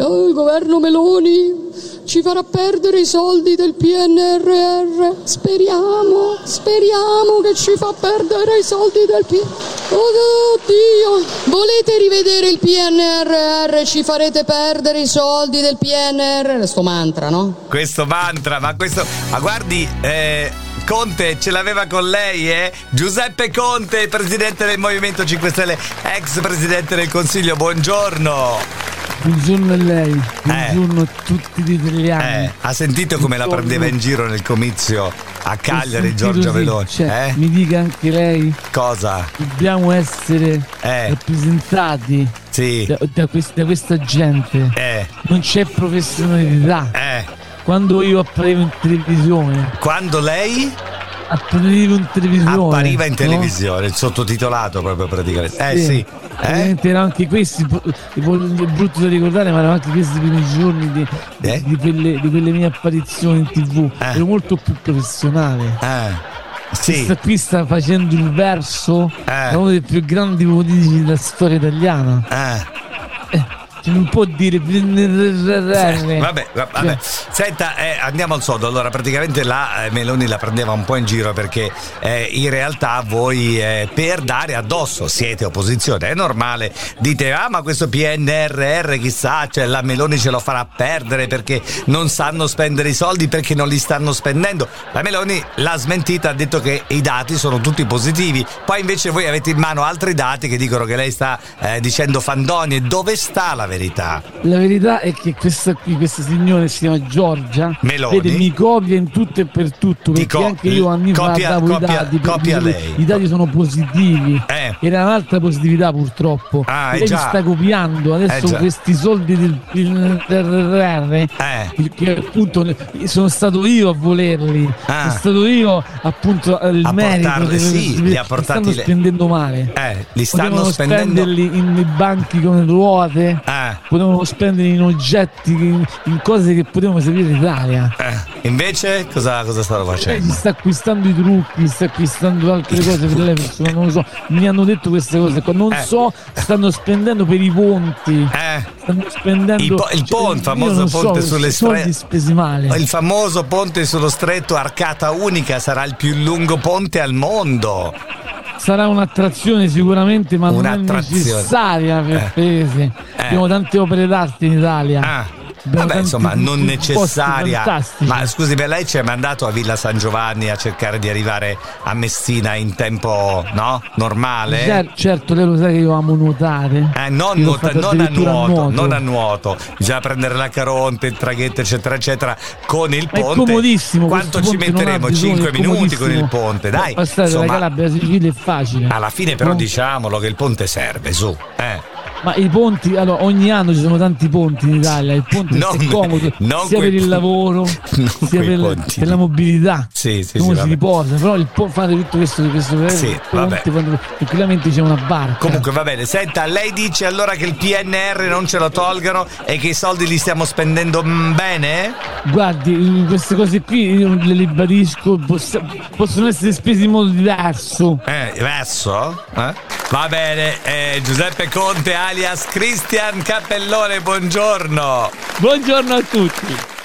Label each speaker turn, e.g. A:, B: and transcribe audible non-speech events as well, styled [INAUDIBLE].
A: Oh, il governo Meloni ci farà perdere i soldi del PNRR. Speriamo, speriamo che ci fa perdere i soldi del PNRR. Oh Dio, volete rivedere il PNRR? Ci farete perdere i soldi del PNRR? Sto mantra, no?
B: Questo mantra, ma questo... Ma guardi, eh, Conte ce l'aveva con lei, eh? Giuseppe Conte, presidente del Movimento 5 Stelle, ex presidente del Consiglio, buongiorno.
C: Buongiorno a lei, buongiorno eh. a tutti gli italiani.
B: Eh. Ha sentito come la prendeva in giro nel comizio a Cagliari Giorgia Meloni?
C: Cioè, eh? Mi dica anche lei.
B: Cosa?
C: Dobbiamo essere rappresentati
B: Eh. sì. Eh.
C: da, da, quest- da, questa gente. Non c'è professionalità. Quando io apparivo in televisione.
B: Quando lei?
C: Appariva in televisione.
B: Appariva in televisione, no? sottotitolato proprio praticamente. Eh sì. sì.
C: Eh? erano anche questi, è brutto da ricordare, ma erano anche questi i primi giorni di, eh? di, quelle, di, quelle, mie apparizioni in tv. Eh. Ero molto più professionale.
B: Eh. Sì.
C: Questa Cioè,
B: [LAUGHS]
C: qui sta facendo il verso eh. uno dei più grandi politici della storia italiana.
B: Eh.
C: eh non può dire PNRR.
B: Vabbè, vabbè. Senta, eh, andiamo al sodo. Allora, praticamente la eh, Meloni la prendeva un po' in giro perché eh, in realtà voi eh, per dare addosso siete opposizione, è normale. Dite, ah, ma questo PNRR chissà, cioè, la Meloni ce lo farà perdere perché non sanno spendere i soldi, perché non li stanno spendendo. La Meloni l'ha smentita, ha detto che i dati sono tutti positivi. Poi invece voi avete in mano altri dati che dicono che lei sta eh, dicendo fandonie. Dove sta la verità? Verità.
C: La verità è che questa qui, questa signora si chiama Giorgia.
B: Meloni.
C: Vede, mi copia in tutto e per tutto. Perché co- anche io anni
B: copia,
C: fa davo
B: copia, i dati. Copia
C: dire,
B: lei.
C: I dati sono positivi.
B: Eh.
C: Era un'altra positività purtroppo.
B: Ah,
C: lei
B: già.
C: sta copiando adesso
B: eh,
C: questi soldi del PNRR. Eh. Che appunto sono stato io a volerli.
B: Ah.
C: Sono stato io appunto il
B: a
C: merito.
B: Portarli,
C: che,
B: sì,
C: li,
B: li ha portati
C: stanno
B: le-
C: spendendo male.
B: Eh, li stanno
C: Potevano
B: spendendo.
C: spenderli in banchi con le ruote.
B: Eh.
C: Potevano spendere in oggetti, in, in cose che potevano servire all'Italia.
B: Eh, invece cosa, cosa stanno
C: Lei si
B: facendo?
C: sta acquistando i trucchi, si sta acquistando altre cose per lei, persona, non lo so. Mi hanno detto queste cose qua. Non
B: Eh.
C: so, stanno spendendo per i ponti.
B: Eh,
C: Stanno spendendo
B: Il po- il ponte,
C: io
B: famoso
C: non so,
B: ponte sulle
C: soldi
B: stre-
C: spesi male.
B: il famoso ponte sullo stretto Arcata Unica sarà il più lungo ponte al mondo.
C: Eh. Sarà un'attrazione sicuramente, ma non è
B: Un'attrazione.
C: necessaria per
B: Eh.
C: il paese.
B: Eh.
C: Abbiamo tante opere d'arte in Italia.
B: Ah,
C: Abbiamo
B: Vabbè,
C: tanti
B: insomma, non
C: posti
B: necessaria.
C: fantastici.
B: Ma scusi, per lei ci è mandato a Villa San Giovanni a cercare di arrivare a Messina in tempo no? normale?
C: Cer- certo, lei lo sa che io amo nuotare.
B: Eh, non,
C: Io ho
B: nuota-
C: fatto
B: non a
C: addirittura
B: nuoto,
C: nuoto.
B: non a nuoto. Bisogna prendere la Caronte, il traghetto, eccetera, eccetera. Con il
C: Ma è
B: ponte.
C: comodissimo.
B: Quanto ci
C: questo ponte non ha
B: metteremo?
C: bisogno,
B: 5
C: è
B: minuti con il
C: comodissimo.
B: ponte, dai.
C: Passare dalla
B: Insomma,
C: Calabria alla Sicilia è facile.
B: alla fine, però,
C: No?
B: diciamolo che il ponte serve, su. Eh.
C: Ma i ponti, allora, ogni anno ci sono tanti ponti in Italia. Il ponte
B: Non-
C: è comodo
B: [LAUGHS] non
C: sia
B: quei
C: per il
B: ponti-
C: lavoro,
B: non
C: sia
B: quei
C: per,
B: ponti.
C: per la mobilità.
B: Sì, sì, sì,
C: come si
B: vabbè.
C: riposa. Però il ponte fare tutto questo, questo
B: Sì, vabbè.
C: ponte quando tranquillamente c'è una barca.
B: Comunque va bene, senta, lei dice allora che il PNR non ce lo tolgano e che i soldi li stiamo spendendo mm, bene?
C: Guardi, in queste cose qui io le ribadisco, poss- possono essere spese in modo diverso.
B: Eh, verso? Eh? Va bene, eh, Giuseppe Conte alias Cristian Cappellone, buongiorno.
C: Buongiorno a tutti.